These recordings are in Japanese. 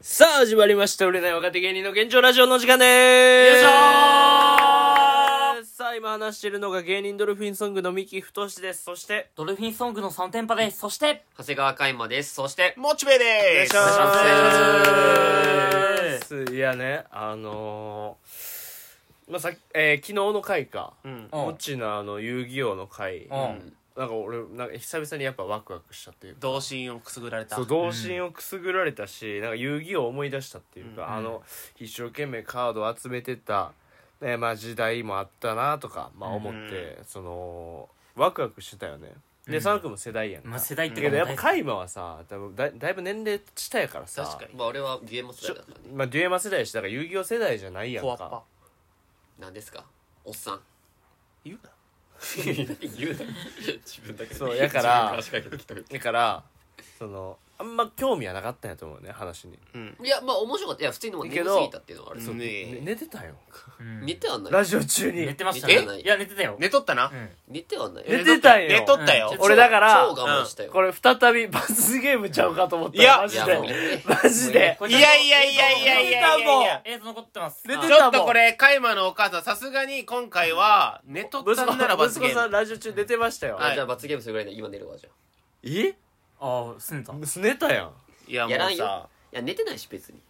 さあ、始まりました。売れない若手芸人の現状ラジオの時間でーす。よいしょさあ、今話しているのが芸人ドルフィンソングの三木太志です。そして、ドルフィンソングの3連覇です。そして、長谷川海馬です。そして、モチベでおお願いします願いしますいやね、あのー、まあ、さっき、えー昨日の回か。うんうんモッチーのあの、遊戯王の回。うなんん。か俺、なんか久々にやっぱワクワクしたっていうか。童心をくすぐられたそう童心をくすぐられたし、なんか遊戯を思い出したっていうか、うんあの一生懸命カードを集めてた、ねまあ、時代もあったなとか、まあ、思って、そのワクワクしてたよねで佐野君も世代やんか、まあ、世代っだてけかどもやうっぱ大好きカイマはさ多分だだいぶ年齢下やからさ確かにまあ俺はゲーム世代だからね。まあ、デュエマ世代やしだから遊戯王世代じゃないやんコアッかパ何ですかおっさん。言うな言うな。 自分だけそうやから自分から仕掛けてきただからそのあんま興味はなかったんやと思うね話に、うんいや、まあ面白かった。いや、普通にもうけ眠どすぎたっていうのはある。そうねね寝てたようん寝てはなラい。ジオ中に寝てましたね寝て。いや、寝てたよ。寝とったなうん。寝てはない。寝てたよ寝とったよう ん俺だから超我慢したよ。これ再び罰ゲームちゃうかと思ったいやマジやでもうねマジでこれいやいやいやいやいやいやいやいや映像残ってます。寝てちょっとこれカイマのお母さんさすがに今回は寝と息っ子たんならば罰ゲ息子さーんムラジオ中寝てましたよ、あはいじゃあ罰ゲームするぐらいで今寝るわ、じゃあ。えああ、すねた。すねたやんいやもやらうんよさ。いや、寝てないし、別に。い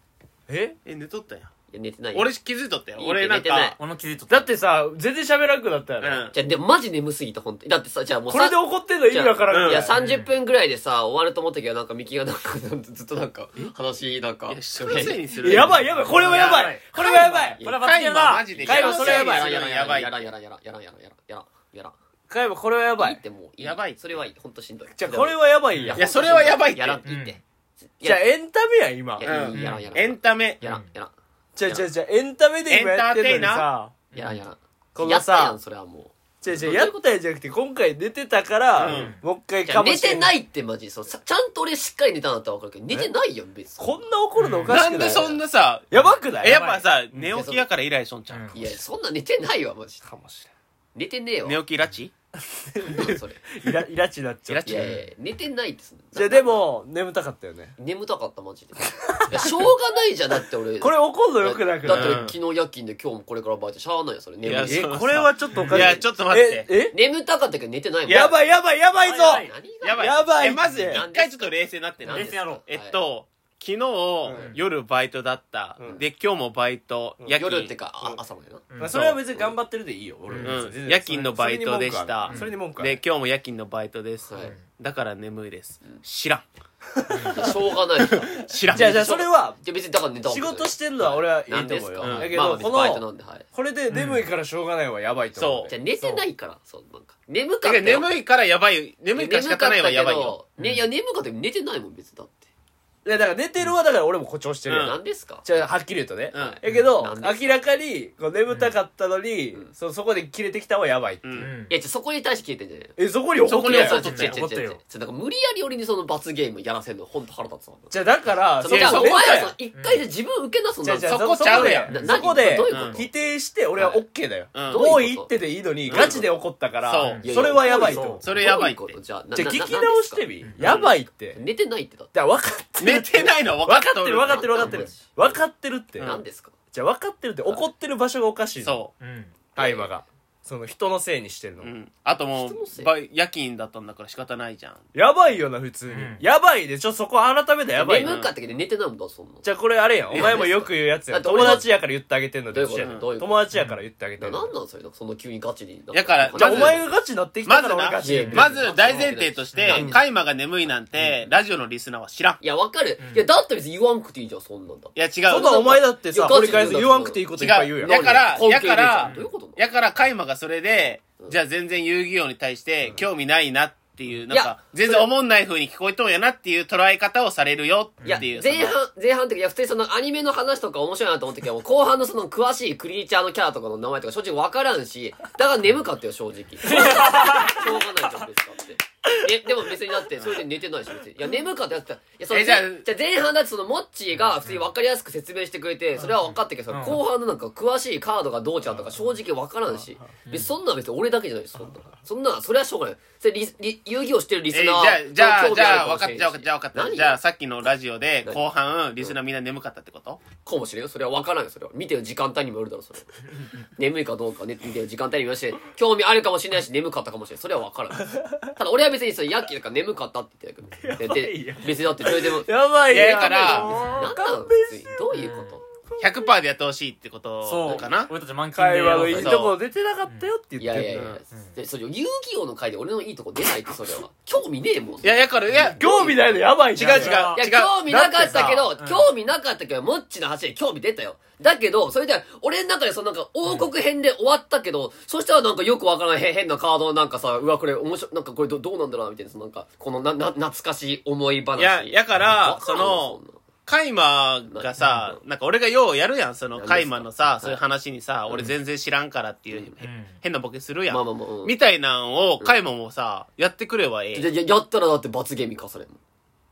ええ寝とったやんや、寝てないよ。俺気づいとったよいいって俺なん寝てないか俺も気づいとった。だってさ全然喋らんくなったよね、うんじゃあ、でもマジ眠すぎた、本当に。だってさ、じゃあもうこされで怒ってんの意味わからんうんいいや、やさ30分ぐらいでさ、終わると思ったけど、なんか、ミキがなんか、ずっとなんか、話、なんか、いや失礼にするやばいやばいこれはやばいやばいこれはやばいこれは罰カゲーイムだママジでカイマそれはやばいやらんややらばんいやらんやらんやらんやらんやらんやらんやらんやらんかいもこれはやばいいっいてもういいやばいそれはいいほんとしんどいじゃあこれはやばいやんいやそれはやばいってやらんうんいいってじゃあエンタメやん今いやうんいいやらんやらんエンタメやらんやらんじゃあじゃあじゃあエンタメで今やってんのエンにターテさイやらんやらんこやのっさたやんそれはもじゃあじゃあやったんじゃなくて今回寝てたから、うんもう一う回じゃかあも寝しれてないないってマジそうさちゃんと俺しっかり寝たんだったらわかるけど寝てないやん別にこんな怒るのおかしくなないんでそんなさやばくないえやっぱさ寝起きやからイライラしとんちゃううんいやそんな寝てないわマジでかもし寝てねえわ寝起き拉致うんそれれんイ ライラチになっちゃうイラいチやいやいや寝てないってそんなじゃあでも眠たかったよね眠たかったマジでいやしょうがないじゃんだって 俺これ怒るのよくなくだなっいてうん昨日夜勤で今日もこれからバイトしゃあないよそれ眠いやいそうえこれはちょっとおかしいいやちょっと待ってえ眠たかったけど寝てないもんえやばいやばいやばいぞやばいやばい。やばいえ、まず、なん一で回ちょっと冷静になってな冷。静やろうえっと、昨日、夜バイトだったう。んで、今日もバイト。夜勤夜ってかあ朝までなまあそれは別に頑張ってるでいいよ俺う別んに全然夜勤のバイトでしたそれに文句あるで、今日も夜勤のバイトですはい。だから眠いです。知らん。しょうがないからい知らん。じゃあじゃあそれはや別にだから寝たわ仕けじゃない事してるのは俺はいいなんとです思うかよまあだけまあど別こにバイトなのんではいこれで眠いからしょうがないはやばいと思うそうじゃあ寝てないからそうなんか眠てかっかたよ眠いからやばい。眠いから仕方ないはやばいよ。眠かったけどねいや眠かったけど寝てないもん別にだっていやだから寝てるはだから俺も誇張してるようんなんですかじゃあはっきり言うとねうんやけどなんです明らかにこう眠たかったのにそそこで切れてきたのはやばいってう。いうんんいやじゃあそこに対して聞いてんじゃねええよそこに怒そこっにて怒やっそうて違怒っうて違う怒って違う違ようそうだから無理やり俺にその罰ゲームやらせるの本当腹立つわじゃあだからそそのうじゃあそうお寝前たらよその一回で自分受けなすんじゃだあじゃあそこちゃうやんなそ何こでどういうこと否定して俺ははい OK だよ、うんもういいってでいいのにガチで怒ったから、そうそれはやばいと思うそれやばいってどううことじゃあなじゃあな聞なき直してみやばいって寝てないってだってじゃ分かってる寝てないの分分かっかとってるる分かってる分かってる分かってるって、うん何ですかじゃあ分かってるって怒ってる場所がおかしいのそうん。大麻がその人のせいにしてるの、う。うん。あとも、人のせいうバイ夜勤だったんだから仕方ないじゃん。やばいよな普通に、うんやばいでちょそこ改めてやばいな眠かったけど寝てないもんだそんなじゃあこれあれやんお前もよく言うやつやんだって俺友の達やから言ってあげてんのどういうとこ一緒やとんどういうこと友達やから言ってあげてんの何なんそれその急にガチにやからじゃあまおず前がガチになってきたからまず俺なガチでうんまず、大前提としうてん、カイマが眠いなんて、ラジオのリスナーは知らん。いやわかるうんいやだったら別に言わんくていいじゃんそんなんだいや、違う。そんなお前だってさいやガチ掘り返す言わんくていいこといっぱい言うやん違うやから関係ねえじゃんやからどういうことやから、カイマがそれでう、んじゃあ全然遊戯王に対して興味ないなっていう、なんいやか、全然思んない風に聞こえとんやなっていう捉え方をされるよいやっていう。そ前の半前半っていうかいや普通にそのアニメの話とか面白いなと思ったけど後半のその詳しいクリーチャーのキャラとかの名前とか正直わからんしだから眠かったよ正直しょうがないじゃん別にだってえ、でも別にだって、それで寝てないでしょ、別に。いや、眠かったやってた。いや、そえれじゃあじゃあ前半だってその、モッチーが普通に分かりやすく説明してくれて、それは分かったけど、その後半のなんか、詳しいカードがどうちゃうとか、正直分からんし。別にそんなん別に俺だけじゃないです、そんな。そんな、それはしょうがない。それ、リリ遊戯をしてるリえスじナゃあーじゃあとじゃあ分興味かあったるじゃあ分かったじゃあ分かったじゃああさっきのラジオで何後半リスナーみんな眠かったってことかもしれんよそれは分からんよそれは見てる時間帯にもよるだろそれは眠いかどうかね見てる時間帯にもよるし興味あるかもしれないし眠かったかもしれないそれは分からんただ俺は別にそれヤッキーだから眠かったって言ってたけどでで別にだってそれでもやばいいやだから何なの別にどういうこと100%でやってほしいってこそとうかな俺たち満金で会話のいやいるとかこ出てなかったよってい言っやていやいや、でそれ遊戯王の回で俺のいいとこ出ないってそれは興味ねえもんいやだからいや興味ないのやばい違うじゃん違う違いやいや、う興味なかったけだどって、さ興味なかったけど、モッチの話で興味出たよ。だけど、それで、俺の中でそのなんか、王国編で終わったけど、そしたらなんかよくわからないへ変なカードのなんかさ、うわ、これ面白い、なんかこれどどうなんだろうな、みたいな、そのなんか、このな、な、懐かしい思い話。いややからわらんわそのカイマがさ、なんか俺がようやるやん、その何ですかカイマのさ、そういうはい話にさ、俺全然知らんからっていう、へん変なボケするそやんん。なまあまあまあ、うんみたいなんを、カイマもさ、やってくればえじゃ、え。じゃやったらだって罰ゲームか、それも。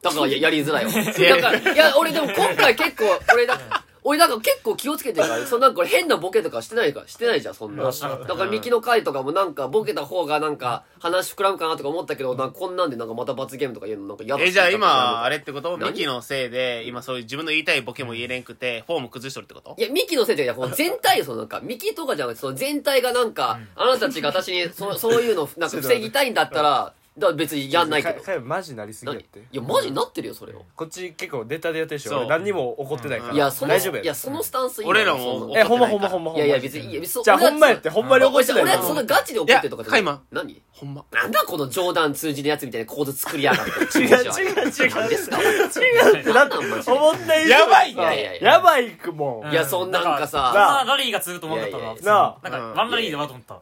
だか らや、やりづらいわ。だから、いや、俺でも今回結構、俺だ、俺なんか結構気をつけてるから、そのなんかこれ変なボケとかしてないから、してないじゃん、そんな。だしなかったから、ミキの回とかもなんか、ボケた方がなんか、話膨らむかなとか思ったけど、なんかこんなんでなんかまた罰ゲームとか言うのなんか嫌だえ、じゃあ今、あれれってこと何ミキのせいで、今そういう自分の言いたいボケも言えれんくて、フォーム崩しとるってこといや、ミキのせいじゃなくて、この全体、そのなんか、ミキとかじゃなくて、その全体がなんか、あなたたちが私に、そ そういうの、なんか防ぎたいんだったら、だから別にやんないけどか。かマジなりすぎ何やっいてや、マジになってるよ、それを。こっち結構ネタでやってるでしそょう俺何にも怒ってないからうんいや、その、大丈夫いやや、そのスタンスいいな俺らそんなも怒っえてないから。ほんまほんまほんまほんいまやいや、別に、いや、別にじゃあ俺だほんまやってほんまに怒ってないか俺だらってそんなガチで怒ってるとかじゃない。いやカイマ何ほんま。なんだこの冗談通じるやつみたいな構図作りやがって。 違う違う違う何ですか違うってだってなんなんマジで思った以上やばいいっいやいやいややば いくもいや、そんなんかなさ、あまあラリーが続くと思わなかったいやないやななんかうんワンラリーで終わると思った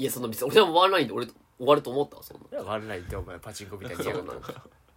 いや、その別に俺もワンラインで俺終わると思ったわ、そ んんやわんないってお前パチンコみたいな。にそんなんか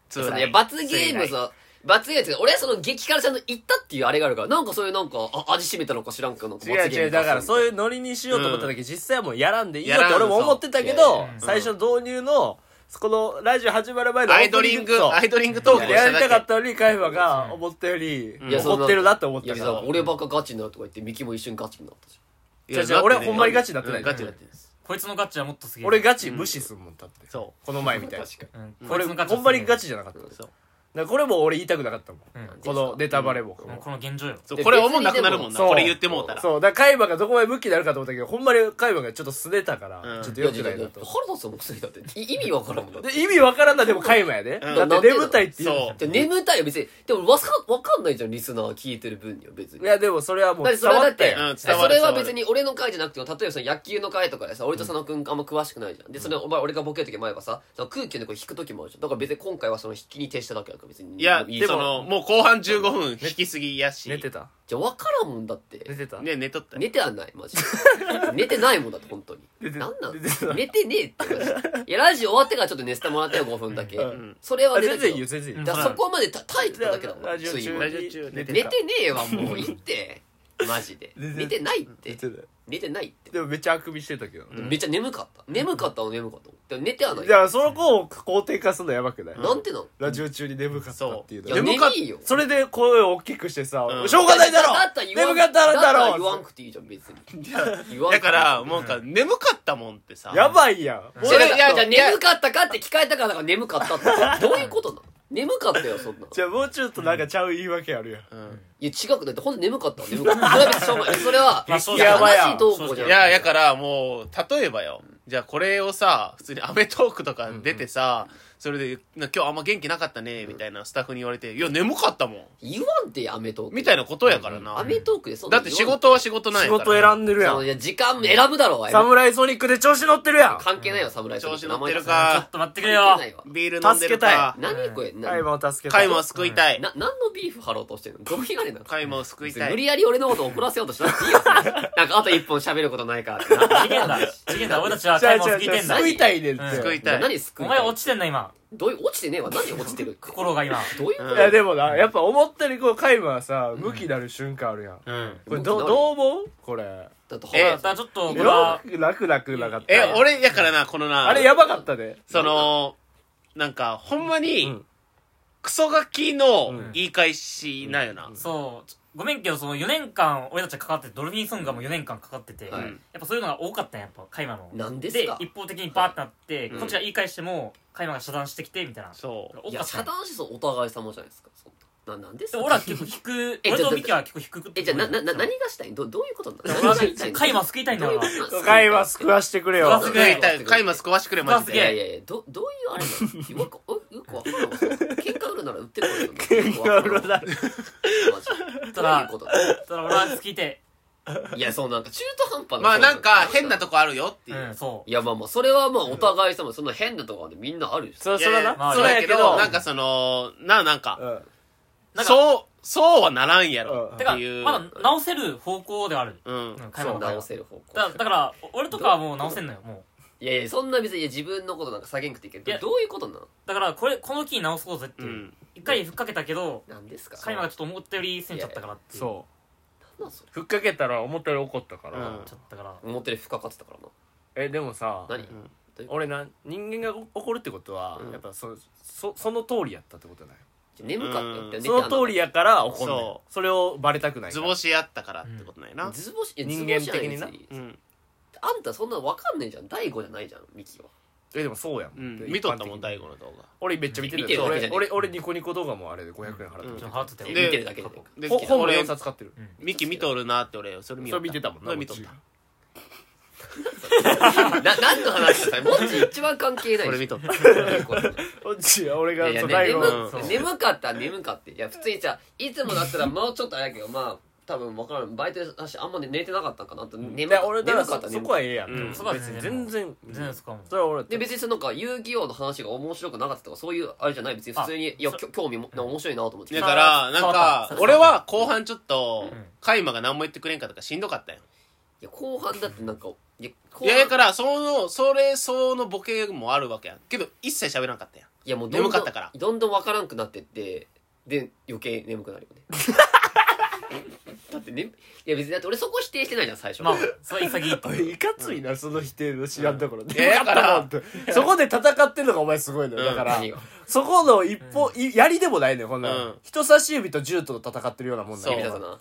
つそらのいいや、罰ゲームさ、罰ゲームって、俺はその激辛ちゃんと行ったっていうあれがあるから、なんかそういうなんか、あ味しめたのか知らんけど、なんか違う違うだからそういう。いうノリにしようと思った時、実際はもうやらんでいいよやらっんて俺も思ってたけそういどやいや最初導入のこのラジオ始まる前のアイドリング、そうアイドリングトークをしやたりたかだっけ。たのにカイマが思ったよりいやそんな怒ってるなって思っいやたかさら俺ばっかガチになるとか言って、ミキも一瞬ガチになったじいや違う違う俺ほんまにガチになってないうんガチになってないです。こいつのガチはもっとすげえ俺ガチ無視すんもんだってそこの前みたいなうんこい俺つのガチほんまにガチチじゃなかっただう。かそう。らこれも俺言いたくなかったもんうんこのネタバレもこの現状よそうこれ思うなくなるもんな。そうこれ言ってもうたら。そうだからカイマがどこまでムキになるかと思ったけどほんまにカイマがちょっとすねたからうんちょっとゃん。いよや、くな違うい違なう。と腹立つもん、薬だって。い意味わからんもんだって。で意味わからんなでもカイマやでうんだって眠たいって言うそう。で眠たいよ別にでもわかわかんないじゃんリスナー聞いてる分には別にいやでもそれはもうだってそ伝れはわだっったてようん伝わそるれは別に俺の回じゃなくても例えばその野球の回とかでさ俺と佐野君あんま詳しくないじゃんでそれお前俺がボケる時もあればさその空気のこう引く時もあるじゃんだから別に今回はその引きに徹しただけだから別にいや、じゃその、もう後半15分引きすぎやし。寝てたじゃあ分からんもんだって寝てたね、寝とった。寝てはないマジで 寝てないもんだって本当にてなんなん寝てた寝てねえって話いやラジオ終わってからちょっと寝せてもらったよ5分だけうんそれはあ寝た全け然いどいよ全然いいよだからそこまでた耐えてただけだもんラジオ睡中魔ラジオ中寝て寝て寝てねえわもういいってマジで全然寝てないっ寝ててた寝てないってでもめっちゃあくびしてたけどめっちゃ眠かった眠かったの眠かったのでも寝てはないじゃあその子を肯定化するのやばくないなんてなのラジオ中に眠かったっていういのや眠かっ眠いよそれで声を大きくしてさうんしょうがないだろだったら言わ眠んかったらだだったら言わんろくていいじゃん別に言わんくて いだいから、もうなんか、眠かったもんってさ。やばいやんじゃ俺あじゃあいや眠かったかって聞かれたからだから眠かったってどういうことなの眠かったよそんなのじゃあもうちょっとなんかちゃう言い訳あるやんうんいや、違くないって、ほんと眠かったわ眠かった。それは別まあそうにしょうがない。それは、いだや、よ正しいどうこうじゃいん。や、やからもう、例えばよ。じゃあこれをさ、普通にアメトークとか出てさ、それで、な今日あんま元気なかったね、みたいなスタッフに言われて、いや、眠かったもん。言わんって、アメトーク。みたいなことやからアな。メトークでそんなだのって仕言わん事は仕事なん仕やから。事選んでるやそのいんや、時間選ぶだろ、あれサムライソニックで調子乗ってるやん関係ないよ、侍調子乗ってるちょかっ、と待ってくれよ関係ないわ。ビール飲んでるか、何これ、な、カイマを助けたカイマを救いたい。な、何のビーフ張ろうとしてんのどういう あれなのカイマを救い別たに無理い。やり俺のこと怒らせようとしなくていいよ。それなんか、あと一本喋ることないからってな。次元 だ次元だ俺たちはじゃタイあムをじゃあ過ぎじゃあてんだ救いたいねっうんて救いいたい。何救おう前落ちてんな今どういう、落ちてねえわ。何落ちてる心が今どういうことうんやでもなやっぱ思ったよりこうカイマはさ向きになる瞬間あるやんうん。これどどう思うこれだとえだからちょっとこえれは楽楽楽なかったえ、俺、やからな、このな、あれやばかったでその、なんか、ほんまうにん、クソガキの言い返しなんよな。そうちょごめんけどその4年間俺たちがかかっててドルフィンソングがもう4年間かかってて、はいやっぱそういうのが多かったんややっぱカイマのなんですか一方的にバーってなって、うんこっちが言い返してもカイマが遮断してきてみたいなそう。多いかやった遮んや断しそうお互い様じゃないですかそんななんですでか俺は結構低いえ俺ちょとミキは結構低くってえじゃあななな何がしたいんどどういうことなの俺は何が言いたいのカイマ救いたいんだどうかいうらことなの使いは救わしてくれよ救わせ食いたいカイマス壊してくれマジすいげえで。やいやいやどどういうあれなのよくおよくわからんわ喧嘩売るなら売ってこいよ喧嘩売るならマジでどういうことだから俺は救いていやそうなんか中途半端なまあなんか変なとこあるよっえ。ていううんそういやまあまあそれはまあお互い様そんな変なとこはねみんなあるでしょそいそやれいはやまなあそうやけまど、あなんかその、な、なんか、うんなんかそう、そうはならんやうろんっててかいう。まだ直せる方向ではある、うん。うん、カイマそうの場合は直せる方向だだから俺とかはもう直せんのよもういやいやそんな別にいや自分のことなんか下げんくていいけいどやどういうことなのだからこれこの木に直そうぜってういう、ん。一回ふっかけたけどなんですかカイマがちょっと思ったより攻めちゃったからっていうそなんなんそれうふっかけたら思ったより怒ったから、うんちゃったから思ってる深かってたからなえでもさ何俺な人間が怒るってことは、うんやっぱそそその通りやったってことない眠かったよって寝てその通りやから怒んねんそそれをバレたくないか図ら星やったからってことなんやあんなた。図星いや人間図星じゃない的にな別にうん。あんたそんなわかんねえじゃん第五じゃないじゃんミキはえでもそうやも、うんん。見とったも一般的にん、大悟の動画。俺めっちゃ見てる見てるだけじゃね俺俺俺ニコニコ動画もあれで500円払ってうん見ちてるょっと払ってたでよ見てるだけで過去で、ほ本も俺4、冊買ってるミキ見とるなって俺、それ見そよれった見てたもんそなれ見とった。な 何の話だったモッチー一番関係ないそれじ見ゃとんった。こっち俺いがやいやそうね大悟悟眠眠かった眠かっていや普通にさいつもだったらもうちょっとあれやけどまあ多分分からんバイトだしあんまね寝てなかったんかなと眠いかや俺だか眠らかそったそ眠こかっはええやん、うん別に全然全然そこはもうそれは俺たで別にそのなんか遊戯王の話が面白くなかったとかそういうあれじゃない別に普通にいやそきょ興味もな面白いなと思ってだから、なんか、俺は後半ちょっとうん、カイマが何も言ってくれんかったからしんどかったよ。いや後半だってなんかいや後いや、だ半から、その、それ、そのボケもあるわけやん。けど、一切喋らんかったやん。いやもうどんど眠んかったからどんどん分からんくなってってで余計眠くなるよね だってねいや別にだって俺そこ否定してないじゃん最初まあそれは 潔いっておいいかついな、その否定の知らんところ、いやだから分ったもんってそこで戦ってんのがお前すごいのよ、うだんから何がそこの一歩、い槍でもないのよこんなの、うん人差し指と銃と戦ってるようなもんだそう指だな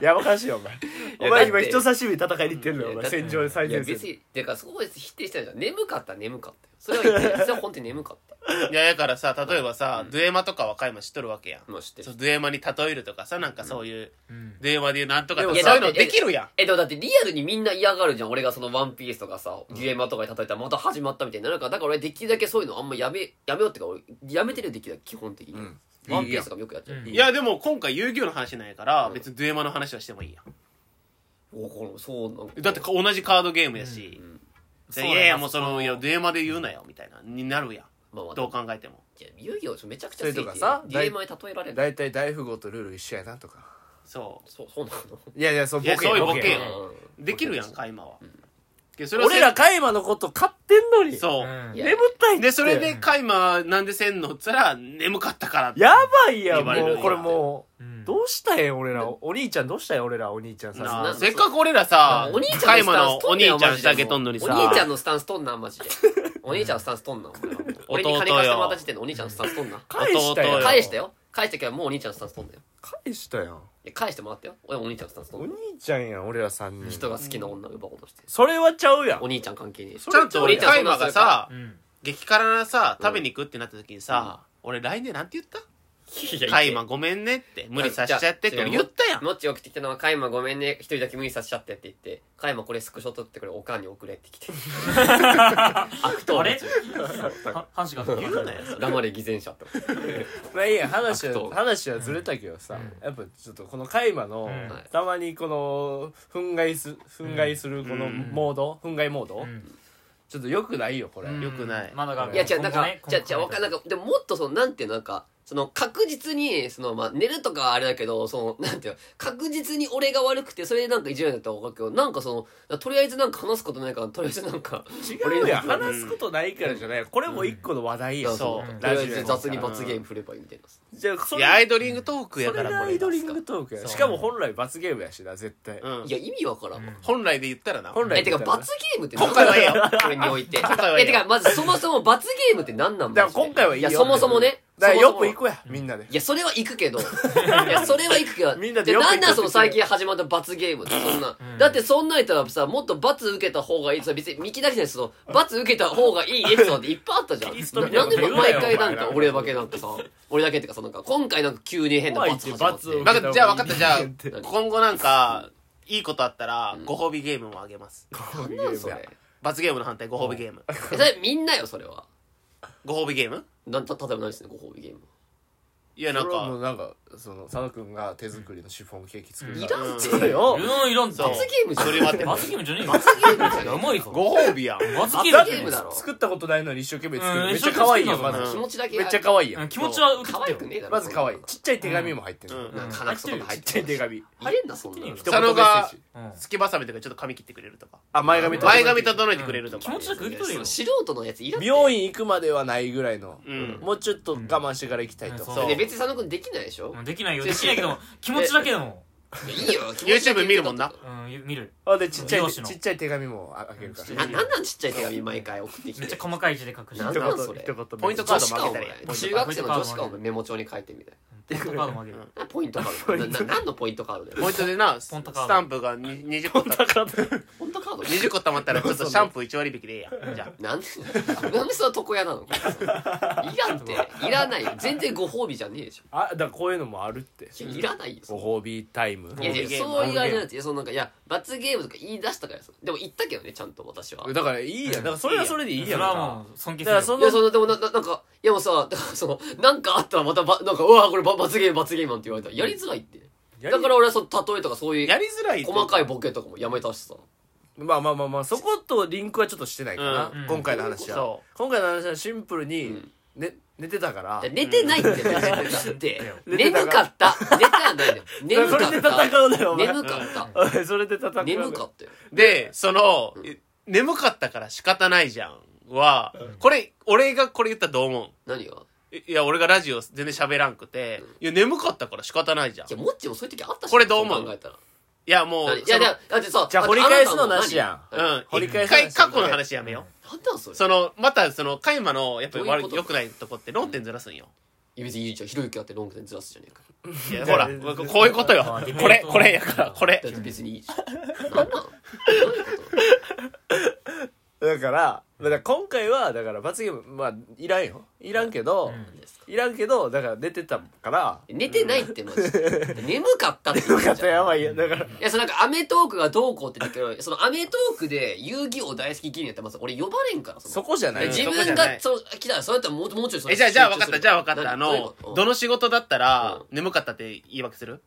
やばかしいよお前やお前だっ今て人差し指戦いに行ってんのよおい前やだって戦場で最いや前別線にだからそこは別に否定してないじゃん眠かったら眠かったよそれ は言ってないそれは本当に眠かったよいや、だからさ、例えばさ、ドゥエマとかはカイマ知っとるわけやん。もう知ってそうるドゥエマに例えるとかさ、なんかそういう、うん電話でなんとかとでかもそういういやだのってできるやん。えでもだってリアルにみんな嫌がるじゃん俺がその「ワンピースとかさ「デュエマ」とかに例えたらまた始まったみたいになるからだから俺できるだけそういうのあんまやめやめようっていうか俺やめてるよできるだけ基本的に、うんワンピースとかもよくやっちゃう、うんいや、でも今回遊戯王の話なんやからう、ん別にドゥエマの話はしてもいいやおこのそうなんかん。だってか同じカードゲームやし、うんいやいや、もうそそうだよの、いや、ドゥエマで言うなよ、みたいな、になるやん。まあまあどう考えても。いや遊戯王めちゃくちゃ好きそれとかさデュエマに例えられる大体大富豪とルール一緒やなとかそそうそうなのいやいやそうう。ボいケや、そういうボケやようん。できるやんか、今は。けどそれはせ俺らカイマのこと買ってんのにそうう。んいや眠たいってで、それで、カイマなんでせんのっつったら、眠かったからって。やばいやん言われるもようこれもううんどうしたんや俺らお兄ちゃんどうしたんや俺らお兄ちゃんさなあなんせっかく俺らさ、お兄ちゃんのスカタインスマのお取兄んなよちゃマんジで下げとんのにさ、お兄ちゃんのスタンス取んなマジでお兄ちゃんのスタンス取んなお前は俺に金貸してもらった時点でお兄ちゃんのスタンス取んな返した弟やんよ返したよ返したけどもうお兄ちゃんのスタンス取んなよ返したやんいや返してもらったよ俺もお兄ちゃんのスタンスお取兄んなちゃんやん俺ら三人人が好きな女を奪おうとしてそれはちゃうやんお兄ちゃん関係ねえしちゃんと俺カイマがさう、ん激辛なさ、食べに行くってなった時にさ、俺来年なんて言ったカイマごめんねって、無理させちゃってって俺言ったやん。もっち送ってきたのは「カイマごめんね一人だけ無理させちゃって」って言って「カイマこれスクショ撮ってこれおかんに送れ」って来て悪党あれは阪神が言うなよ黙れ偽善者って思ってまあいいや話悪党は話はずれたけどさ、やっぱちょっとこのカイマの、うんたまにこの憤慨す憤慨するこのうんモード、憤慨モード、ちょっとよくないよこれ、うんよくないまあだからいや違うなん今後かねじゃじゃわかんなんかでももっとそのなんていうのなんかその確実に、そのまあ寝るとかはあれだけど、その、なんていうの、確実に俺が悪くて、それでなんかいじめだったらわかるけど、なんかその、とりあえずなんか話すことないから、とりあえずなんか、違うやん話すことないからじゃないこれも一個の話題やんそうとりあえず雑に罰ゲーム振ればいいみたいな。じゃあそいれやアイドリングトークやそかれらがこアれイがドリングトークやそうしかも本来罰ゲームやしな絶対うんいや、意味わからんわ。本来で言ったらな、本来え、てか、罰ゲームって何今回はいいよこれにおいて。今回はいいえ、よてか、まずそもそも罰ゲームって何なんだだから今回はいいよや、そもそもね。だからそよもそもく行こうやみんなでいや、それは行くけ ど。いや、それは行くけど。みんなでじよゃあく行くなんなんその最近始まった罰ゲームって、そんな。だってそんなんやったらさ、もっと罰受けた方がいい。さ、別に見切だけじゃないですその、罰受けた方がいいエピソードっていっぱいあったじゃキリストみん。たいななんことで言うなよ毎回なんかお前俺だけなんかさ、俺だけっていうかさ、なんか今回なんか急に変な怖いっ罰て始まって罰をなんかじゃあ分かったじゃあ人間今後なんかいいことあったらご褒美ゲームもあげます罰ゲなんーそムやれ。罰ゲームの反対ご褒美ゲームえ、それみんなよ、それは。ご褒美ゲームなんた、例えば何ですね、ご褒美ゲーム。いやななんんかかなんかその佐野くんが手作りのシフォンケーキ作るいからんって。それをうんいらんぞそう罰ゲームじゃん。それはって罰ゲームじゃねえよ罰ゲームじゃねえうまいぞご褒美やん罰ゲームじだゃっね罰えゲーてムだろ作ったことないのに一生懸命作るうんめっちゃ可愛いよ一生ま懸命ず作る気持ちだけめっちゃ可愛いうんや気持ちは受可かって愛よくねえだろ。まず可愛いちっちゃい手紙も入ってるうんなんか鼻くそとか入ちっっちゃている。手紙入れんな、そんなの。入一言れ佐野がメッセージうん月ばさみとかちょっと髪切ってくれるとかあ前髪前髪と整えてくれるとか気持ちよく受け取れよ素人のやついらん美て容院行くまではないぐらいのうんもうちょっと我慢してから行きたいとうんそうで別に佐野くんできないでしょうんできないよできないけど気持ちだけでもいやいいよ YouTube 見るもんなうん見るほんでちっちゃ美容い師のちっちゃい手紙もああげるからななんなんちっちゃい手紙毎回送ってきめっちゃて細かい字で書くしなん一だ言それ一言ポイントカ女ード子もかあおげたり前や中学生の女子かお前メモ帳に書いてみたいポイントカードもあげるなポイントカードなな何のポイントカードだよもう一度でなスポンタカードタンプがに20個たポイントカード20個たまったらちょっとシャンプー1割引きでええやんじゃなんでなんでその床屋なのいらんっていらないよ全然ご褒美じゃねえでしあだからこういうのもあるってょいやいらないよそんなご褒美タイムいやご褒美いゲやームそういうあれなんですよそのなんかいや罰ゲームとか言い出したからさでも言ったけどねちゃんと私はだからいいやんだからそれはそれでいいやそんれはかもう尊敬だすかるらよそいや、そのの、でもな、ななんか、いやもうさ、だからその、なんかあったらまたば、なんか、うわーこれば罰ゲーム、罰ゲームなんて言われたら、やりづらいって。だから俺はその、例えとかそういんやう、りづらいって細かいボケとかもやめたしさ。まあまあまあまあそことリンクはちょっとしてないかなうん今回の話はそ今回の話はシンプルにんね寝てたから寝てないって、だって。寝てた眠かった。寝てはないのよ。眠それかでっ戦た。うなよお前眠かった。お いそれで戦うなよ眠かったよ。でそのえ眠かったから仕方ないじゃんはこれ俺がこれ言ったらどう思う何がいいいや、俺がラジオ全然喋らんくて、いや、眠かったから仕方ないじゃん。いや、もっちもそういう時あったし。これどう思うそ考えたら。や、もう、何いや、いや、だってさ、じゃあ掘り返すのなしやそん。なの掘うん、り一返す回過去の話やめよ。なんそうれ。その、また、その、カイマの、やっぱりどうい悪うことい良くないとこって論点ずらすんよ。いや別にいいじゃん。ひろゆきだってロングでずらすじゃねえか。いや、じゃほあら、こういうことよまあディ。ベートこれ、これやから、これだっ。て別にいいじ ゃん。なんなんどういうことだからだから今回はだから罰ゲームまあいらんよいらんけどんですいらんけどだから寝てたから寝てないってマジで眠かったって言ようじゃかんったやばいよだからいやそのなんか『アメトーーク』がどうこうってだけどその『アメトーーク』で遊戯王大好き芸人やったらまず俺呼ばれんからそのそこじゃないうんよ自そこじ分ゃないがその来たらそうやったらもうもうちょいそれえ、じゃあ、じゃあ分かった、じゃあ分かった。あ何どういうのこと、どの仕事だったらうん、眠かったって言い訳する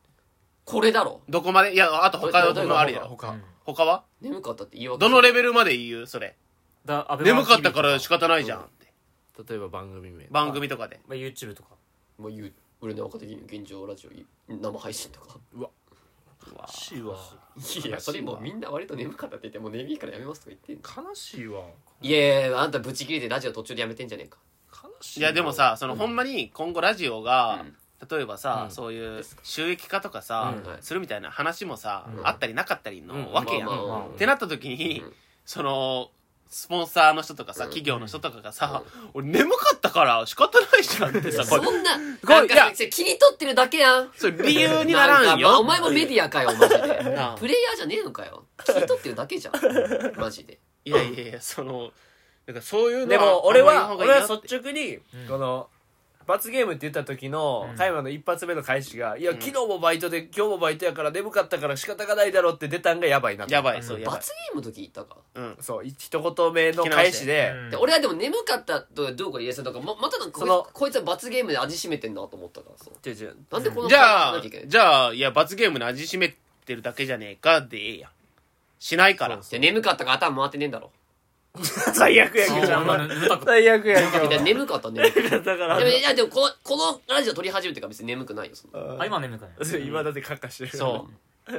これだろどこまでいや、あと他どういうことのあるやろ。他他は眠かったって言い訳どのレベベルまで言うそれ。だアベマ眠かったから仕 TV と方ないじゃんって。例えば番組名番組とかで。まあ YouTube とかまあ言う俺の若手芸人現状ラジオ生配信とか悲しいわいや それもうみんな割と眠かったって言ってもう眠いからやめますとか言ってんの悲しいわいやいやあんたブチ切れてラジオ途中でやめてんじゃねえか悲しいいやでもさそのほんまに今後ラジオが、例えばさ、うんそういう収益化とかさ、うんするみたいな話もさ、うんあったりなかったりの、うんわけやん、まあまあまあってなった時に、うんそのスポンサーの人とかさ、うん企業の人とかがさ、俺眠かったから仕方ないじゃんってさそこれんなごいなんいやかそれ切り取ってるだけやんそれ理由にならんかまあよお前もメディアかよマジでなあ プレイヤーじゃねえのかよ切り取ってるだけじゃんマジでいやいやいやそのなんかそういうのでも俺あんはま俺り言はわん方がいいなって率直にうんこの罰ゲームって言った時のうん加山の一発目の返しが「いや昨日もバイトで今日もバイトやから眠かったから仕方がないだろ」って出たんがやばいなとやばいうんそうやばい罰ゲームの時言ったかうんそう一言目の返しでうんで俺はでも眠かったとかどうこう言えそうとかままたなんかこいそのこいつは罰ゲームで味しめてんなと思ったからそう違う違うなんでこのじゃなあきゃいけないじゃあいや罰ゲームの味しめてるだけじゃねえかでええやんしないからで眠かったから頭回ってねえんだろ最悪やけどそう今眠たくて最悪やけいや眠かったねで どだからもいやでもこのこのラジオ撮り始めてから別に眠くないよそのあ今は眠くないそう今だってカッカしてるそい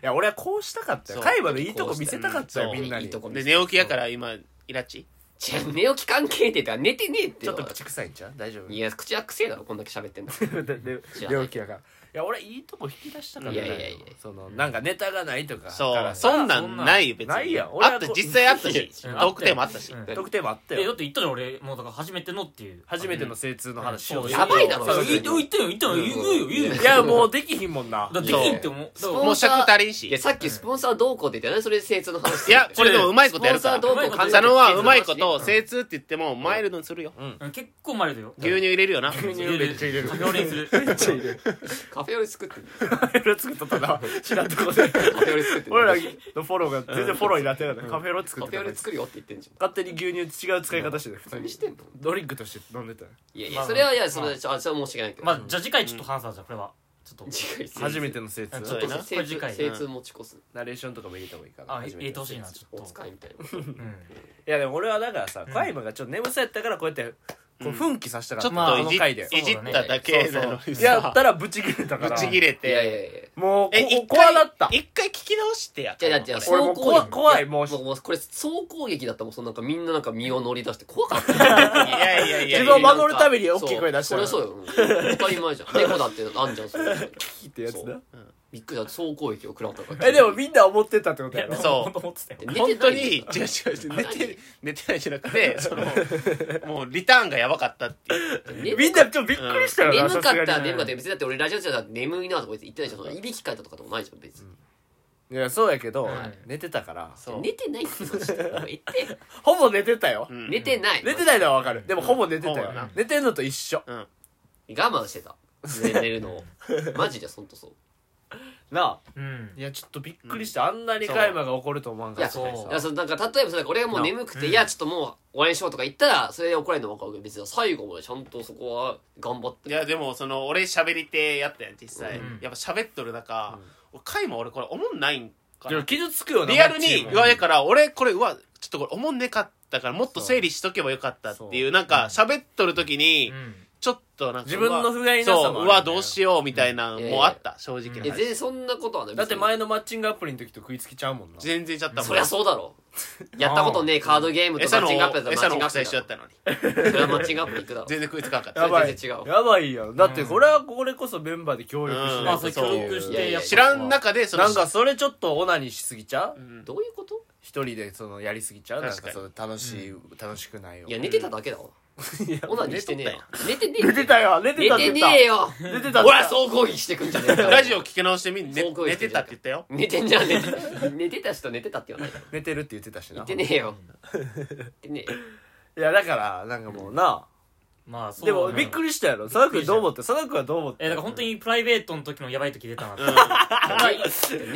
や俺はこうしたかったよそう海馬のいいとこ見せたかったよそうみんないにいちとこょう見でせ寝起きやから今イラチ違う寝起き関係ねえってか寝てねえってっとのは口臭いんちゃう大丈夫いや口はくせえだろこんだけ喋ってんだでで知らない病気やからいや俺 いいとこ引き出したからいやいやいやいやそのなんかネタがないとかかそうらそんさなんないよ別にないやん俺はあった実際あったしうんトークテーマあったしうん特典もあったえだっよて言ったじゃん俺もうだから初めてのっていう初めての精通の話しよううんやばいだろそうそ言れって言ってよ言ってようん言うよ言うよいやもうできひんもんなだってできんって思うだからそうもう尺足りんしいやさっきスポンサーどうこうって言ってねそれで精通の話すいるやこれでもうまいことやるからスポンサーどうこう考えて佐野はうまいこと精通って言ってもマイルドにするようん結構マイルドよ牛乳入れるよな牛乳めっちゃ入れるカフェオレにするカフェオレ作ってるカフェロ作っとったな知らんとこでカフェオレ作ってる俺らのフォローが全然フォローになってなかったカフェロ作カっフてェオたレ作るよって言ってんじゃん勝手に牛乳違う使い方してた普通何にしてんのドリンクとして飲んでたよいやいまやあそれはいやまあそれはちょあそれは申し訳ないけどまあじゃあ次回ちょっと話そうじゃあこれはちょっと次回初めてての精通ちちょょっっととな精これ次通回精通持ち越すナレーションとかも入れた方がいいかなあ初め入れてほしいなの精通ちょおっと使いみたいなうんいやでも俺はだからさ小山がちょっと眠そうやったからこうやってこう奮起させたかちょっったまああといのじ回でそういじっただけなのにやっさたらブチ切れたからぶち切れいやいやていやもうえこ一こ怖回だった一回聞き直してやじゃあじゃあ俺もう怖い怖いもうもうもうこれ総攻撃だったもんそのなんかみんななんか身を乗り出して怖かったよいやいやいや 自い分をや守るために大きい声出したそられそうようん当たり前じゃん猫だってあんじゃんそれ聞いてやつだびっくりだ総攻撃を食らったからえでもみんな思ってたってことやろそう思ってたよ寝てない本当に違う違う違う寝て寝てないじゃなくてそのもうリターンがやばかったっていう寝みんなちょっとびっくりしたよな眠かっさすたがに眠かった別にだって俺ラジオじゃ眠いなとか言って言ってないじゃんそのいびきかいたとかでもないじゃん別にいやそうやけどはい寝てたからそう寝てないってマジでお前言ってよほぼ寝てたよ うん寝てない寝てないのはわかるでもほぼ寝てたほよぼな寝てんのと一緒うん我慢してた寝寝るのをマジでそんとそうなあうんいやちょっとびっくりしたあんなに加山が怒ると思わんかったそうからいいやさそのなんか例えばその俺がもう眠くて「うんいやちょっともう終わりにしよう」とか言ったらそれで怒られるの分かるけど別に最後までちゃんとそこは頑張っていやでもその俺喋り手やったやん実際、うんやっぱ喋っとる中、俺回も俺これおもんないんかでもな傷つくよなリアルマッチにーも言われから俺これうわちょっとこれおもんねかったからもっと整理しとけばよかったっていそうなんか喋っとる時にうんちょっとなんか自分の不甲斐なさもあるよねそううわどうしようみたいなのうんもあった、正直えな全話然そんなことはないだって前ののマッチングアプリの時と食いつきちゃうもんな全然ちゃったもんそりゃそうだろやったことねえカードゲームと餌マッのチングアプリだった餌らマッのチングア国プリ際だ一緒だったのにそれはマッチングアプリ行くだろ全然食いつかなかったやばい全然違うやばいやんだってこれはこれこそメンバーで協力しうんなまいあとそれさ協力しいやていややっ知らん中でそのなんかそれちょっとオナニーしすぎちゃううんどういうこと一人でそのやりすぎちゃうなん確かかにその楽しい、楽しくないよいや寝てただけだわオナニーしてねえよ寝てねえよ寝てたよ寝て寝たっててね言ったえよ寝てた俺は総攻撃してくんじゃねえかラジオ聞き直してみんなそうこういう寝人てたって言ったよ寝てんじゃん寝て寝てた人寝てたって言わ ない寝てるって言ってたしな寝てねえよ寝て ねえよいやだからなんかもうな、まあそうでもびっくりしたやろ佐野君どう思って佐野君はどう思ってえだから本当にプライベートの時のやばい時出たなって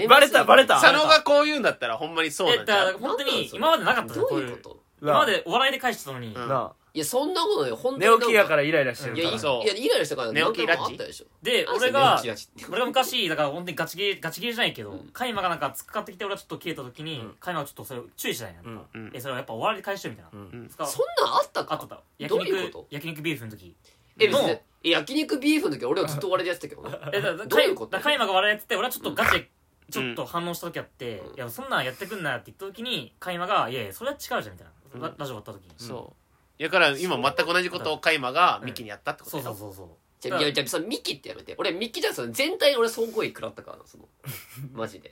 バレたバレた佐野がこう言うんだったらほんまにそうえなだからんちゃう本当に今までなかったじゃんどういうここと今までお笑いで返してたのにうんないやそんなことないよ本寝当に起きやからイライラしてるかいやらいやそういやイライラしたから寝起き何回もあったでしょであ俺が寝起きラジって俺が昔だから本当にガチゲーガチゲーじゃないけどカイマがなんか突っかかってきて俺がちょっと消えた時にカイマがちょっとそれを注意したんやんうんうんえそれはやっぱお笑いで返してよみたいうんな使うそんなんあったあかったあった焼どういう肉こと焼肉ビーフの時え別にのえ焼肉ビーフの時俺はずっと笑いでやってたけ どなえだからどういうことだからカイマが笑いやってて俺はちょっとガチでちょっと反応した時あって、いやそんなんやってくんなよって言った時にカイマが「いやいやそれは違うじゃん」みたいな、ララジオ終わった時に、そうだから今全く同じことをカイマがミキにやったってことそうだそうよそうそじゃあいやじゃあそのミキってやめて俺ミキじゃんその全体に俺総攻撃食らったからな そのマジで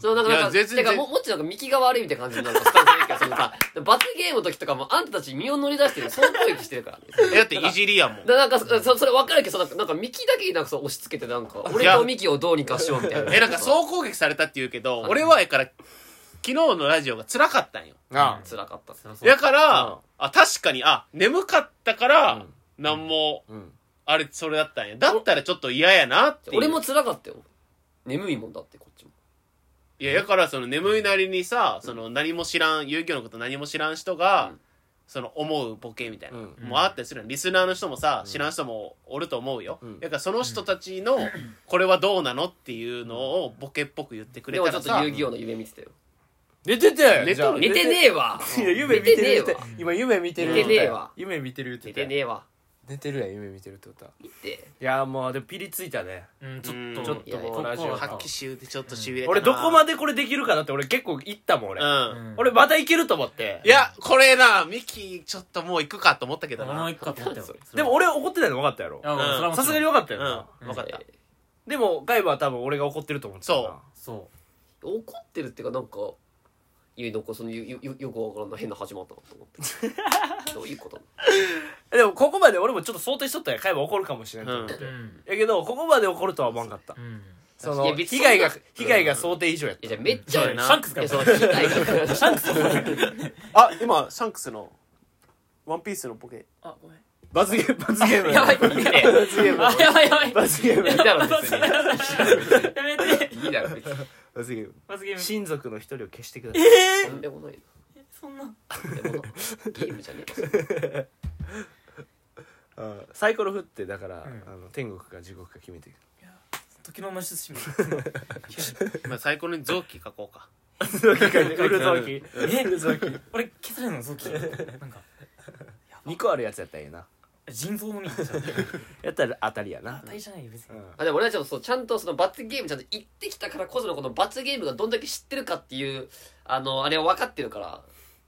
そのなんかなんいかや全然てかももっちなんかミキが悪いみたいな感じになるのスタンス悪いけどそのさ罰ゲームの時とかもあんたたち身を乗り出してる総攻撃してるからねえだっていじりやもんだなんかそそそれ分かるけどそのなんかミキだけになんかそう押し付けてなんか俺とミキをどうにかしようみたいなえなんか総攻撃されたって言うけど俺はやから昨日のラジオが辛かったんよな辛かったっすうそうだから、うんあ確かにあ眠かったから、うんなんもあうんあれそれだったんやだったらちょっと嫌やなっていう俺も辛かったよ眠いもんだってこっちもいやだからその眠いなりにさその何も知らん遊戯王のこと何も知らん人が、うんその思うボケみたいな、うんもうあったりするやんリスナーの人もさ、知らん人もおると思うよ、うんだからその人たちの、これはどうなのっていうのをボケっぽく言ってくれでたもちょらっとさ遊戯王の夢見てたよ寝てて寝とる寝てねえわいや夢見てる寝てねえ言うてわ今夢見てる寝てねえ言うわ夢見てる言うて寝たてねえわ寝てるやん夢見てるってことはっていやもうでもピリついたねうんちうんょっちょとっともうラジオ怖かった発揮しゅうでちょっとしびれたな俺どこまでこれできるかなって俺結構いったもん俺、うんうん俺またいけると思っていやこれなミキちょっともう行くかと思ったけど俺もな行くかと思ったよでも俺怒ってないの分かったやろいやうんそれはもちろんさすがに分かったうよんな、分かったでも外部は多分俺が怒ってると思ってたからそ怒ってるっていうかなんかゆいのこそのよよよよくわからない変な始まったなと思って どういうことでもここまで俺もちょっと想定しとったんや海馬怒るかもしれないと思って、ううんやけどここまで怒るとは思わんかった、うんそいのや別に被害がそんな被害が想定以上やっいた、やじゃあめっちゃそうやえなシシャンクスかえらそう機械がシャンクスあ今シャンクスのワンピースのボケあごめん罰ゲーム罰ゲームやばいいいね罰ゲームあやばいやばい罰ゲームいいだろ別にやめていいだろ別に罰ゲーム罰ゲーム親族の一人を消してくださいえとんでもないえそんなとんでもないゲームじゃねえかうんサイコロ振ってだから、うんあの天国か地獄か決 めていく時の話しみ今最高に臓器書こうかウルゾキえ俺消されるの臓器なんか2個あるやつやったらいいな腎臓のみたいなやったら当たりやな、大じゃないよ別うにんあでも俺はちょっとそうちゃんとその罰ゲームちゃんと行ってきたからこそのこの罰ゲームがどんだけ知ってるかっていうあのあれを分かってるからだ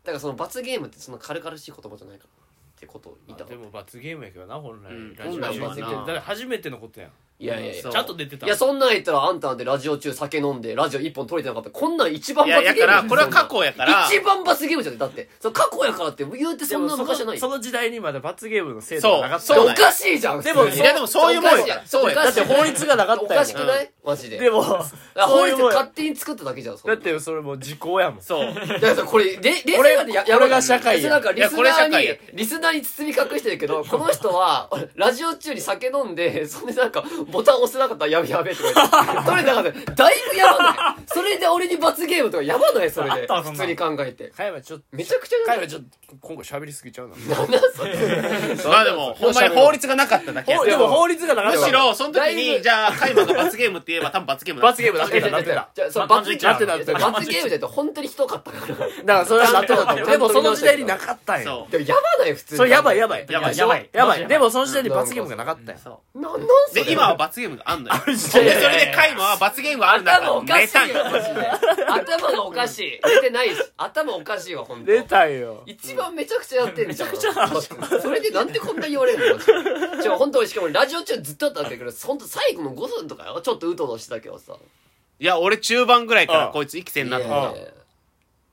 からその罰ゲームってそんな軽々しい言葉じゃないからってことを言いたかでったも罰ゲームやけどな本来、うんラジオ本初来はめなてだから初めてのことやんいやいやいやそうちゃんと出てたいやそんなん言ったらあんたなんてラジオ中酒飲んでラジオ一本取れてなかったこんなん一番い罰やゲーやムじかゃんらこれは過去やから一番罰ゲームじゃんだってその過去やからって言うてそんな昔じゃないでもそのそよの時代にまだ罰ゲームの制度がなかったそうおかしいじゃんでも普通にいやでもそういうもんよおかしやそうそうよおかしいだって法律がなかったおやんかしくないマジででもだからそ法ういう律もんや勝手に作っただけじゃんそんだなってそれもう時効やもんそういやこれれ冷静なんでや俺やばい俺が社会やいなんかリいスやこれナー社会やにリスナーに包み隠してるけどこの人はラジオ中に酒飲んで それでなんかボタン押せなかったらやべやべとか言ってそれなんかねだいぶやばないそれで俺に罰ゲームとかやばないそれあっでたわそ普んな通に考えて加山ちょっとめちゃくちゃ加や山ばいちょっと今回喋りすぎちゃうななんだ それまあでもほんまに法律がなかっただけやほでも法律がなかっむたしろその時だいにぶじゃあ海馬が罰ゲームって言えば多分罰ゲームだ罰ゲームだってたなってたじゃあそのまあ罰ゲなってーたなってムた罰ゲームじゃなくて本当にひどかったか だらからそれはなってたと思うでもその時代になかったんやそでもやばない普通にそれやばいやばいやばいやばいやばいでもその時代にうん罰ゲームがなかったんうやそなんなんうそれで今は罰ゲームがあんのよで時それ代で海馬は罰ゲームがあるんだか頭らおか寝しいたんよよマジで頭がおかしい出てないし頭おかしいわ本当出たよ一番めちゃくちゃやってんじゃん。めちゃくちゃそれでなんでこんな言われるのじゃあ本当にしかもラジオ中ずっとだったんだけど、ほんと最後の5分とかよちょっとうとうとしてたけどさ。いや俺中盤ぐらいからうんこいつ生きてんなといや思っ思った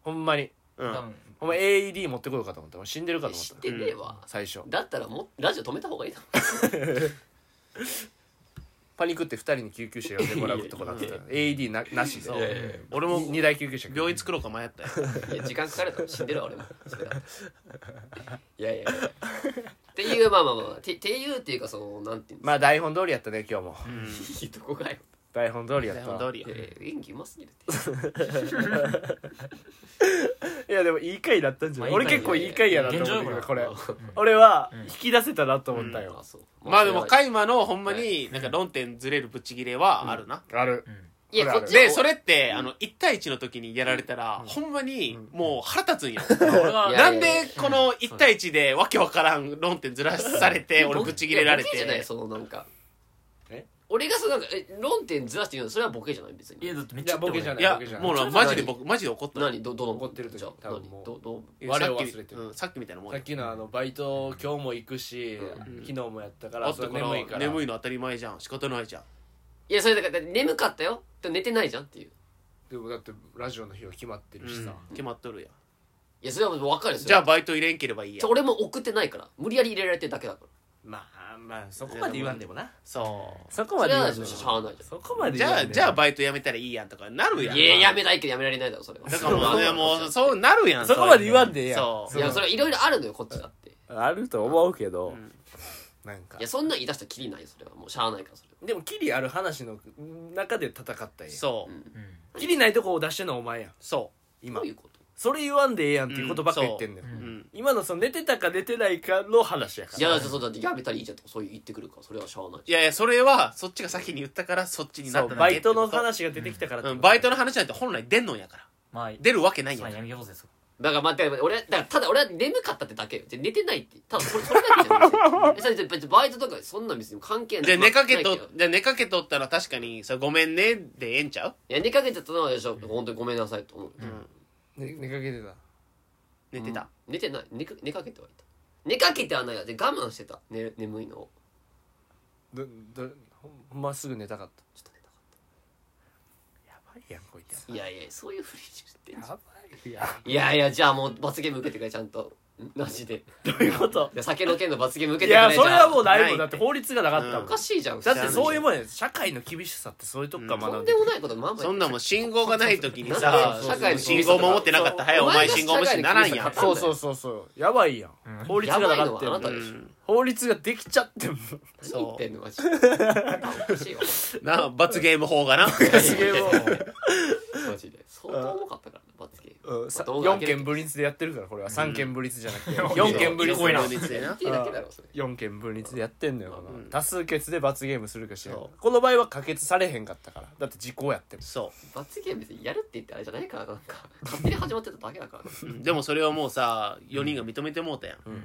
ほんまにたう多ん分お前 AED 持ってこようかと思った俺死んでるかと思っ知たってねえわ。最初だったらもうラジオ止めた方がいいな。パニックって二人に救急車呼んでもらうとこなってた AED ななしでそう俺も二台救急車病院作ろうか迷ったよいや時間かかるだろ死んでるわ俺もそれだいやいやいやっていうまあまあまあてていうっていうかそのなんていうんでまあ台本通りやったね今日もすかいいとこがよ台本通りやっ台た本わ通りよえー演技うますぎるっていやでもいい回だったんじゃないまあ俺いい回結構いい回やなと思ったけど現こ状れよこ俺は引き出せたなと思ったあよそうまあでもか海馬のほんまになんか論点ずれるブチギレはあるなあるいやこっちでそれってあの1対1の時にやられたらほんまにもう腹立つんよ 俺いはやなんでこの1対1でわけわからん論点ずらされて俺ブチギレられボケじゃないてそのなんかえ俺がそのなんかえ論点ずらして言うのそれはボケじゃない別いやにだってめっいちゃやボケじゃないいボやケじゃないもうなマジで僕マジで怒った何どどの怒ってる時じゃあ多分何もうどどいや我をさっき忘れてるうんさっきみたいなもんさよっきのあのバイト今日も行くし昨日もやったかあらっそれたか眠いからら眠いの当たり前じゃん仕方ないじゃんいやそれだから眠かったよでも寝てないじゃんっていうでもだってラジオの日は決まってるしさ決まっとるやんいやそれはもう分かるよじゃあバイト入れんければいいじやゃん俺も送ってないから無理やり入れられてるだけだからまあまあそこまで言わんでもなそそこそまで言れわはんでもしゃあないじゃんそこまうでじ言ゃわあんでもじゃあバイト辞めたらいいやんとかなるやんいややめないけどやめられないだろそれはだからもうねもうそうなるやんそこまで言わんででええやんそういやそれいろいろあるのよこっちだっていあると思うけど、なんかやそんなん言い出したらきりないよそれはもうしゃあないからそれはでもキリある話の中で戦ったんやそううんキリないとこを出してんのはお前やんそ今どういうことそれ言わんでええやんっていうことばっか言ってんのよ、うんううん今のその寝てたか寝てないかの話やからいやだってそうだってやめたらいいじゃんとかそういう言ってくるからそれはしゃあないいやいやそれはそっちが先に言ったからそっちになそったうだバけっイてこトとの話が出てきたからってうことんバイトの話なんて本来出んのやからまあ、出るわけないつやまんり闇行政ですだから待って、俺、だからただ俺は眠かったってだけよ。じゃ寝てないって。ただこれ、それだけじゃないですよえそれ別にバイトとかそんな別に関係ない。で寝かけなといどで寝かけとったら確かにさごめんねでええんちゃういや、寝かけてたのはでしょ。本当にごめんなさいと思う。寝寝かけてた寝てた、寝てない。寝か寝かけてはいた。寝かけてはないわ。で、我慢してた。寝る眠いのを。どどほんほんますぐ寝たかっちょっと寝たかやったばいやんこいつた。いやいや、そういうふりしてんじゃんばいやいやいや、じゃあもう罰ゲーム受けてくれ、ちゃんと。んマジで。 どういうこといや酒の件の罰ゲーム受いけてくれ、やそれはもうじゃないもないんだって法律がなかったうもあおんかしいじゃん。だってそういうももんや社会の厳しさってそういうとこからと学んんででもないことまんまやそんなんもう信号がない時にさそうそうそう社会の信号守ってなかったら「はいお前そう信号無視にならんやんお前が社会の」そうそうそうそうやばいやん、うん法律がなかっやばいのはあなたたようでん法律ができちゃっても何言ってんの、マジで。おかしいわ。な罰ゲーム法がなすげえもマジで相当重かったからね罰ゲーう、ムうん、さ動画4上げる件分立でやってるからこれは3件分立じゃなくてうん4件分立多いな多いな見てだけだろそれ4件分立でやってんのよ、うんこの多数決で罰ゲームするかしらんそこの場合は可決されへんかったからだって時効やってもそ罰ゲーム別にやるって言ってあれじゃないからなん か勝手に始まってただけだからねううんでもそれはもうさ4人が認めてもうたやん、ん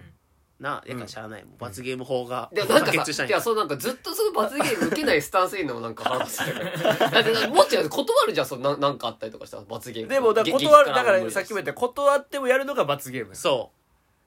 なやからしゃあないもう罰ゲーム法がでもなん可か決したさんいややそうなんかずっとその罰ゲーム受けないスタンスいいのもなんか腹立つ よねだってもっとやる断るじゃんそのななんかあったりとかしたら罰ゲームでもだから激断る激だ辛からさっきも言無った断ってもやるのが罰ゲームだそ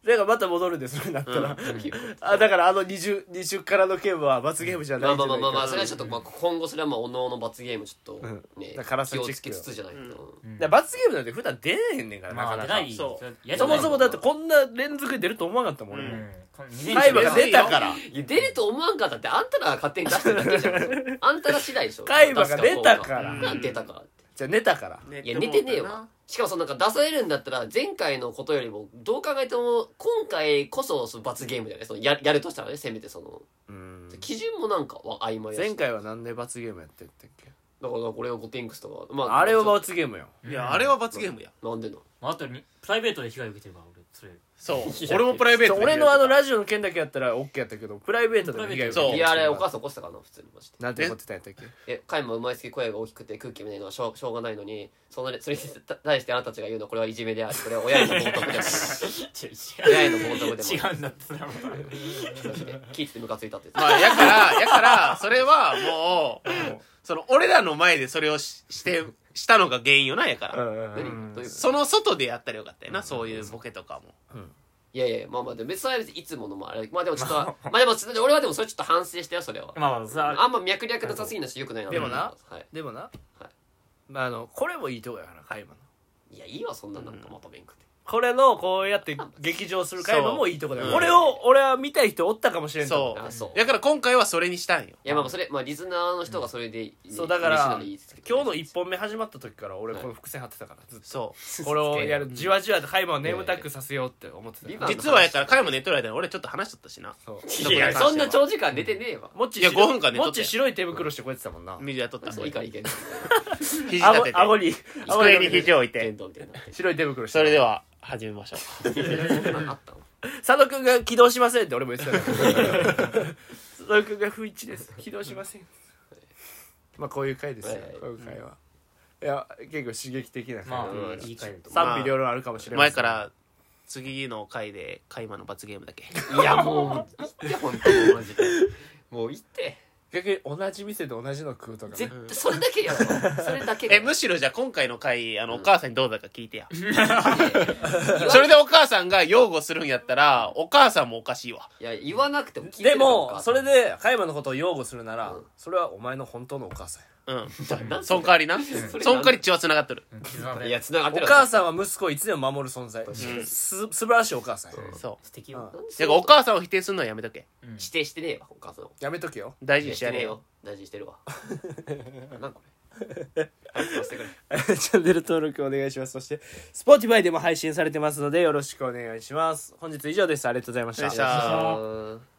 からまた戻るんでそれなったら、理ですあだからあの二重二重からの件は罰ゲームじゃまなあいじまゃあまないあまあまあかそれはちょっとまあ今後それはまあおのおの罰ゲームちょっとうんねだからそ気れをチェックよつけつつじゃないとだから罰ゲームなんて普段出えへんねんからよ。なまかあ、な出かない。そうれ嫌じそゃなもいそもだってこんな連続で出ると思わなかったもんう俺もんこの二年生海馬が出たかうらいや出ると思わんかったってあんたらが勝手に出してるだけじゃんあんたら次第でしょ海馬が出たから出すどうなんで出たからってじゃあ寝たからう、ねいや寝てねえわしかもそのなんか出されるんだったら前回のことよりもどう考えても今回こそその罰ゲームだよねそのややるとしたらねせめてそのうん基準もなんかは曖昧だし前回はなんで罰ゲームやってんだっけだからこれをゴテンクスとかまあれはちょっ罰ゲームよいやあれは罰ゲームやとなんでのまあ、あとに、プライベートで被害を受けてるから、俺、それ。そういや俺もプライベートで俺のあのラジオの件だけやったら OK やったけどプライベートで被害そう受いけやたあれお母さん起こしたかな普通にマジでなんて思ってたんやったっけえ回も生まれつき声が大きくて空気もないのはしょうしょうがないのにそのそれに対してあなたたちが言うのはこれはいじめでありこれは親への冒涜です違親への冒涜でもうんだって、それはまた。聞いててムカついたって言ってまあ、やから、やから、それはもう、その、俺らの前でそれをしして、したのが原因よな、やから。何どういうことその外でやったらよかったよな、そういうボケとかも。いやいやまあまあでも別に別にいつものもあれまあでもちょっとまあでもちょっと俺はでもそれちょっと反省したよそれはまあまあ、さあ、あんま脈略なさすぎなしよくないなでもなはいでもなはまああのこれもいいとこやから海馬のいやいいわそんななんかまとめんくてこれのこうやって劇場する海馬もいいとこだよそうこれを俺は見たい人おったかもしれんと思うそうあそうやから今回はそれにしたんよ。いやまあまあそれまあリスナーの人がそれでそうだから嬉しいならいいですけど今日の1本目始まった時から俺この伏線張ってたからずっ とそこれをやるじわじわとハイマーを眠たくさせようって思ってたビかバらう。実はやから、彼も寝とる間に俺ちょっと話しとったしな。そういやいやそんな長時間寝てねえわもっちいや白5分間寝ともったよっち白い手袋してこうやってたもんな水やっとった。そういいからいけん肘立顎てて。顎に顎机にに肘を置い剣て。道みたいになって白い手袋してそれでは、始めましょう。そんなのあったの佐野くんが起動しませんって俺も言ってた から佐野くんが不一致です起動しませんまあこういう回ですよはいはいこういう回は、いや結構刺激的な回、まうんあ、いい回だと思賛否両論あるかもしれませ 前んから、次の回で、海馬の罰ゲームだけ。いやもう行って本当にマジでもう行って逆に同じ店で同じの食うとかね絶対それだけやろそれだけ え、むしろじゃあ今回の回、あの、お母さんにどうだか聞いてや。 そそれれでお母さんが擁護するんやったら、お母さんもおかしいわ。いや言わなくても聞いてるでからおも母さそんれで加山のことを擁護するなら、うんそれはお前の本当のお母さんや うん。なんでそんかわりな。れそんかわり血は繋がっとる。う。絆いでや繋がっておる母ささんは息子をいつでも守る存在、す素晴らしいお母さんや、そ素敵うよん。う。だからお母さんを否定するのはやめとけ。うん指定してねえわお母さんをやめとけよ 大事指にし定してやてねれえよよ。大事にし てるわなんこれはいしてくれチャンネル登録お願いします。そして、Spotify でも配信されてますので、よろしくお願いします。本日以上です。ありがとうございまし。ありがとうございましたたあー